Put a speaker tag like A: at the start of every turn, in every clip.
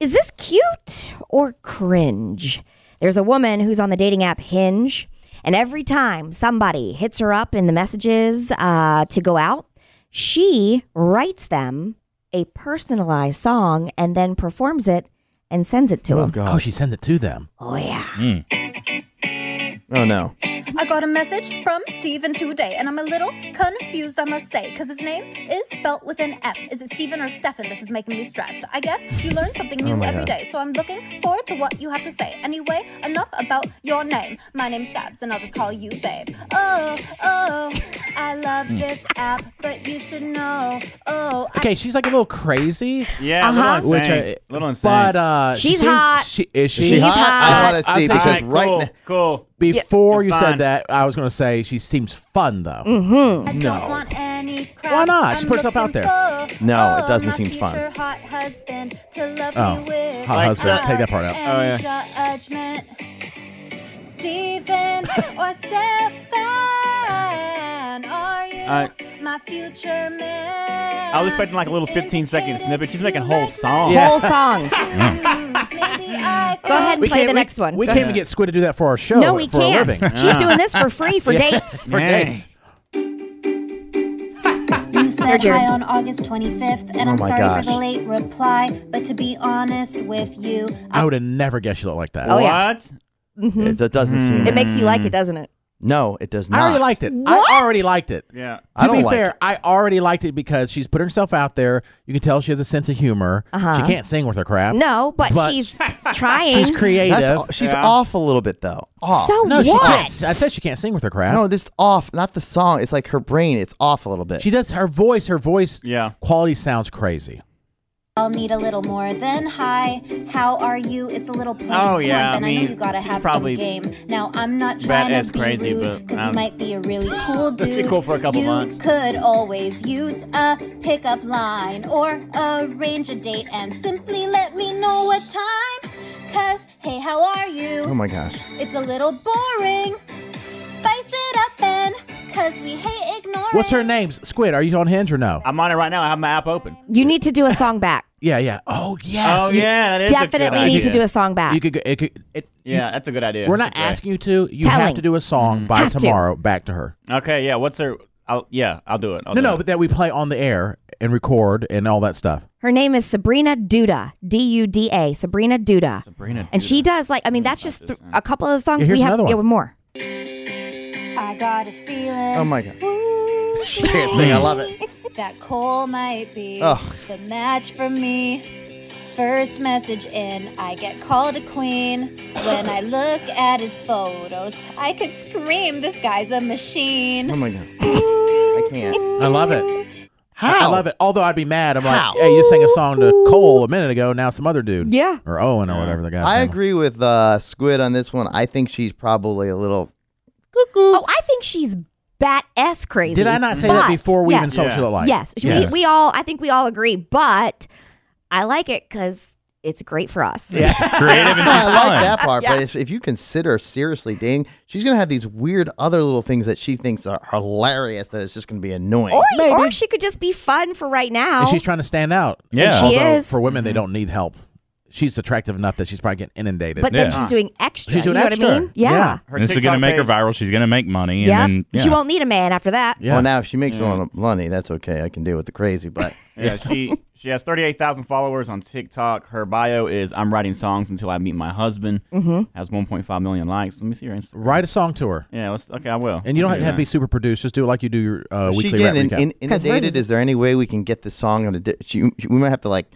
A: Is this cute or cringe? There's a woman who's on the dating app Hinge, and every time somebody hits her up in the messages uh, to go out, she writes them a personalized song and then performs it and sends it to
B: Oh
A: them.
B: god.
C: she sent it to them.
A: Oh, yeah.
B: Oh no.
D: I got a message from Steven today, and I'm a little confused, I must say, because his name is spelt with an F. Is it Steven or Stefan? This is making me stressed. I guess you learn something new
B: Oh my
D: every
B: God.
D: day, so I'm looking forward to what you have to say. Anyway, enough about your name. My name's Sabs, and I'll just call you babe. Oh, oh, I love
B: Hmm.
D: this app, but you should know. Oh,
C: Okay, she's like a little crazy.
E: Yeah,
A: Uh-huh.
E: little insane.
C: Which I,
E: little insane.
C: but uh, she
A: She's
C: seems-
A: hot.
C: She, is she?
A: She's
B: hot?
A: hot.
B: I just want to
C: I
B: see
C: think
E: All
B: because
E: right,
C: she's-
E: cool,
B: right now,
E: cool.
C: Before
E: It's
C: you
E: fine.
C: said that, I was going to say she seems fun though.
A: Mm-hmm.
D: I don't want any crap.
C: Why not? She
D: I'm
C: put herself out
D: looking for-
B: No, it
D: oh,
B: doesn't
D: my
B: seem fun.
D: future Hot husband to love
C: Oh,
D: me with
C: hot
D: love
C: husband. Take that part out.
D: and
E: Oh,
D: Judgment. Steven or Stefan, are you
E: Alright.
D: my future man?
E: I was expecting like a little 15 second snippet. She's making whole songs.
C: Yeah.
A: Whole songs.
C: Mm.
A: Go
D: Go
A: ahead and play the
C: we-
A: next one.
C: We
A: Go
C: can't
A: ahead.
C: even get Squid to do that for our show.
A: No, we
C: Oh, for A living.
A: can't. She's doing this for free for
C: Yeah.
A: dates.
C: For
E: Dang.
C: dates.
D: You said
A: Jared.
D: hi on August 25th, and
B: Oh
D: I'm
B: my
D: sorry
B: gosh.
D: for the late reply, but to be honest with you,
C: I would have never guessed you looked like that.
A: Oh,
E: what?
A: yeah.
B: it do- doesn't seem.
A: It makes you like it, doesn't it?
B: no, it does not.
C: I already liked it.
A: What?
C: I already liked it.
E: Yeah.
B: I
C: To
B: don't
C: be
B: like
C: fair,
B: it.
C: I already liked it because she's put herself out there. You can tell she has a sense of humor.
A: Uh-huh.
C: She can't sing with her crap.
A: No, but,
C: But-
A: she's trying.
C: She's creative.
B: That's, aw- she's
E: Yeah.
B: off a little bit though. Off.
A: So
C: Oh, no, she
A: what?
C: can't. I said she can't sing with her crap.
B: no, this off. Not the song. It's like her brain. It's off a little bit.
C: She does her voice. Her voice
E: Yeah.
C: quality sounds crazy.
D: I'll need a little more than hi. How are you? It's a little plain.
E: Oh,
D: Come on,
E: yeah, I
D: Ben, know
E: mean,
D: you gotta
E: she's
D: have
E: probably
D: some game. Now I'm not trying
E: badass
D: to be
E: crazy,
D: rude
E: but,
D: because you
E: um,
D: might be a really cool dude.
E: That'd be cool for a couple
D: you
E: months.
D: could always use a pickup line or arrange a date and simply let me know what time. Cause hey, how are you?
B: Oh my gosh.
D: It's a little boring. Spice it up, Ben, cause we hate ignoring.
C: What's her name? Squid. Are you on Hinge or no?
E: I'm on it right now. I have my app open.
A: You need to do a song back.
C: Yeah, yeah. Oh yes.
E: Oh,
C: You-
E: yeah. That is a good
A: Definitely need to
E: idea.
A: do a song back.
C: You could. go- It could it,
E: Yeah, that's a good idea.
C: We're not
E: That's
C: asking
E: great. Mm-hmm.
C: you to. You
A: Telling.
C: have to do a song by
A: Have to.
C: tomorrow. Back to her.
E: Okay, yeah. What's her? I'll, yeah, I'll do it. I'll
C: no,
E: do
C: no,
E: it.
C: but that we play on the air and record and all that stuff.
A: Her name is Sabrina Duda, D U D A, Sabrina Duda.
E: Sabrina.
A: And she does like I mean that's just th- a couple of the songs
C: Yeah, here's
A: we have
C: another one.
A: yeah, with more.
D: I got a feeling.
B: Oh my God.
D: Ooh,
B: She can't sing. I love it.
D: That Cole might be
B: Ugh.
D: the match for me. First message in, I get called a queen. When I look at his photos, I could scream, this guy's a machine.
B: Oh my god. I can't.
C: I love it. I
B: How?
C: love it. Although I'd be mad. I'm
B: How?
C: like, hey, you sang a song to Cole a minute ago. Now some other dude.
A: Yeah.
C: Or Owen or whatever the guy.
B: I agree with uh, Squid on this one. I think she's probably a little.
A: Oh, I think she's bat s crazy.
C: Did I not say
A: but-
C: that before we
A: yes,
C: even saw what she looked like?
A: Yes.
C: Yes.
A: We, we all I think we all agree, but I like it cuz it's great for us.
E: creative and
B: I
E: she's
B: like
E: fun.
B: that part, but if, if you consider seriously dating, she's gonna have these weird other little things that she thinks are hilarious that it's just gonna be annoying.
A: Or, or she could just be fun for right now.
C: And she's trying to stand out.
E: Yeah. Mm-hmm.
A: She
C: Although
A: is.
C: for women, they don't need help. She's attractive enough that she's probably getting inundated.
A: but then
E: Yeah.
A: she's doing extra.
C: She's doing
A: you know what I
C: extra.
A: mean? Yeah.
C: Yeah.
E: Her
F: and this is
E: TikTok
F: going to make her
E: page.
F: viral. She's going to make money.
A: Yeah.
F: And then, yeah.
A: She won't need a man after that.
C: yeah.
B: Well, now if she makes a lot of money, that's okay. I can deal with the crazy, but
E: Yeah, she she has thirty eight thousand followers on TikTok. Her bio is "I'm writing songs until I meet my husband." Mm-hmm. Has one point five million likes. Let me see your Instagram.
C: Write a song to her.
E: Yeah, let's. Okay, I will.
C: And you don't
E: I'll
C: have
E: do
C: to have
E: that.
C: be super produced. Just do it like you do your uh,
B: she
C: weekly rap
B: getting
C: recap.
B: in, in,
A: 'Cause hers
B: inundated.
A: is-
B: Is there any way we can get this song on a? Di- she, we might have to like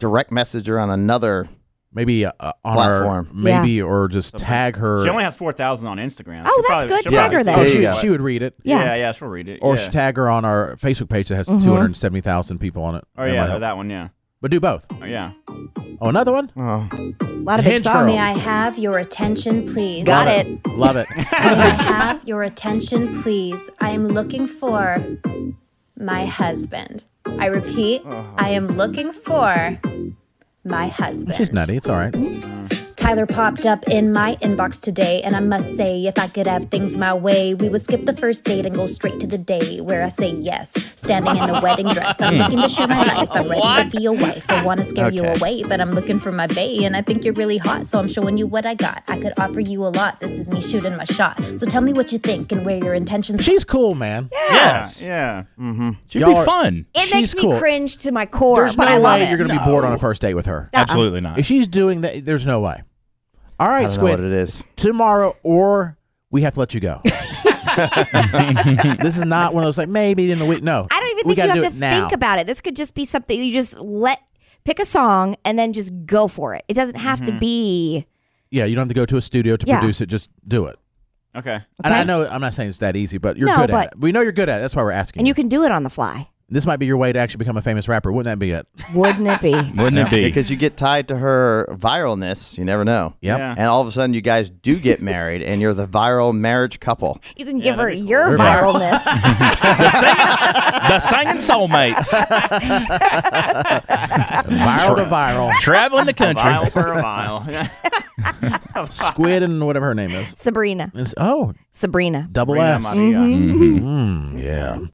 B: direct message her on another.
C: maybe uh, uh, on
B: Platform.
C: our maybe or just tag her.
E: She only has four thousand on Instagram.
A: Oh,
E: She'll
A: that's
E: probably-
A: good.
E: she'll
A: Tag her then.
B: There
C: oh,
E: probably see it,
B: you
C: she,
B: go.
E: but-
C: she would read it.
A: Yeah. Mm-hmm.
E: yeah, yeah, she'll read it.
C: Or
E: yeah.
C: she tag her on our Facebook page that has 270,000 people on it.
E: Oh
C: That might
E: yeah,
C: help.
E: that one. Yeah,
C: But do both.
E: oh, yeah.
C: Oh, another one.
B: Oh,
A: A lot of big
C: Hinge
A: songs.
C: Girl.
D: I have your attention, please?
A: Got
C: Love Love it.
D: May I have your attention, please? I am looking for my husband. I repeat, I am looking for my husband.
C: She's nutty. It's all right.
D: Tyler popped up in my inbox today, and I must say, if I could have things my way, we would skip the first date and go straight to the day where I say yes. Standing in a wedding dress, I'm looking to share my life. I'm ready to be a wife. Don't want to scare you
B: Okay.
D: away, but I'm looking for my bae, and I think you're really hot, so I'm showing you what I got. I could offer you a lot. This is me shooting my shot. So tell me what you think and where your intentions
C: She's cool, man.
F: Yes.
E: Yeah. Mm,
F: She'd
C: Y'all
F: be
C: are-
F: fun.
A: It makes
C: She's
A: me
C: cool.
A: cringe to my core,
C: There's
A: but
C: no
A: I love
C: way
A: it.
C: you're going to be bored on a first date with her.
F: Absolutely not.
C: If she's doing that, there's no way. All
B: I
C: right,
B: don't know what
C: Squid.
B: it is.
C: Tomorrow, or we have to let you go. this is not one of those like maybe in a week. No,
A: I don't even
C: we
A: think you
C: gotta
A: have to
C: do it now.
A: think about it. This could just be something you just let pick a song and then just go for it. It doesn't have
C: Mm-hmm.
A: to be.
C: Yeah, you don't have to go to a studio to
A: Yeah.
C: produce it. Just do it.
E: Okay.
C: And
A: Okay.
C: I know I'm not saying it's that easy, but you're
A: No,
C: good
A: but-
C: at it. We know you're good at it. That's why we're asking.
A: And you can do it on the fly.
C: this might be your way to actually become a famous rapper. Wouldn't that be it?
A: Wouldn't it be?
F: Wouldn't it be?
B: Because you get tied to her viralness, you never know.
C: Yep.
E: Yeah.
B: And all of a sudden, you guys do get married, and you're the viral marriage couple.
A: You can give her
E: that'd be
A: your
C: We're viral.
A: viralness.
F: the, sing- the singing soulmates
C: Viral to viral.
F: traveling the country.
E: Vile for a mile.
C: Squid and whatever her name is.
A: Sabrina.
C: It's- oh,
A: Sabrina.
C: double
A: Mm-hmm.
E: Bring them
C: S.
E: out here.
C: Mm, yeah.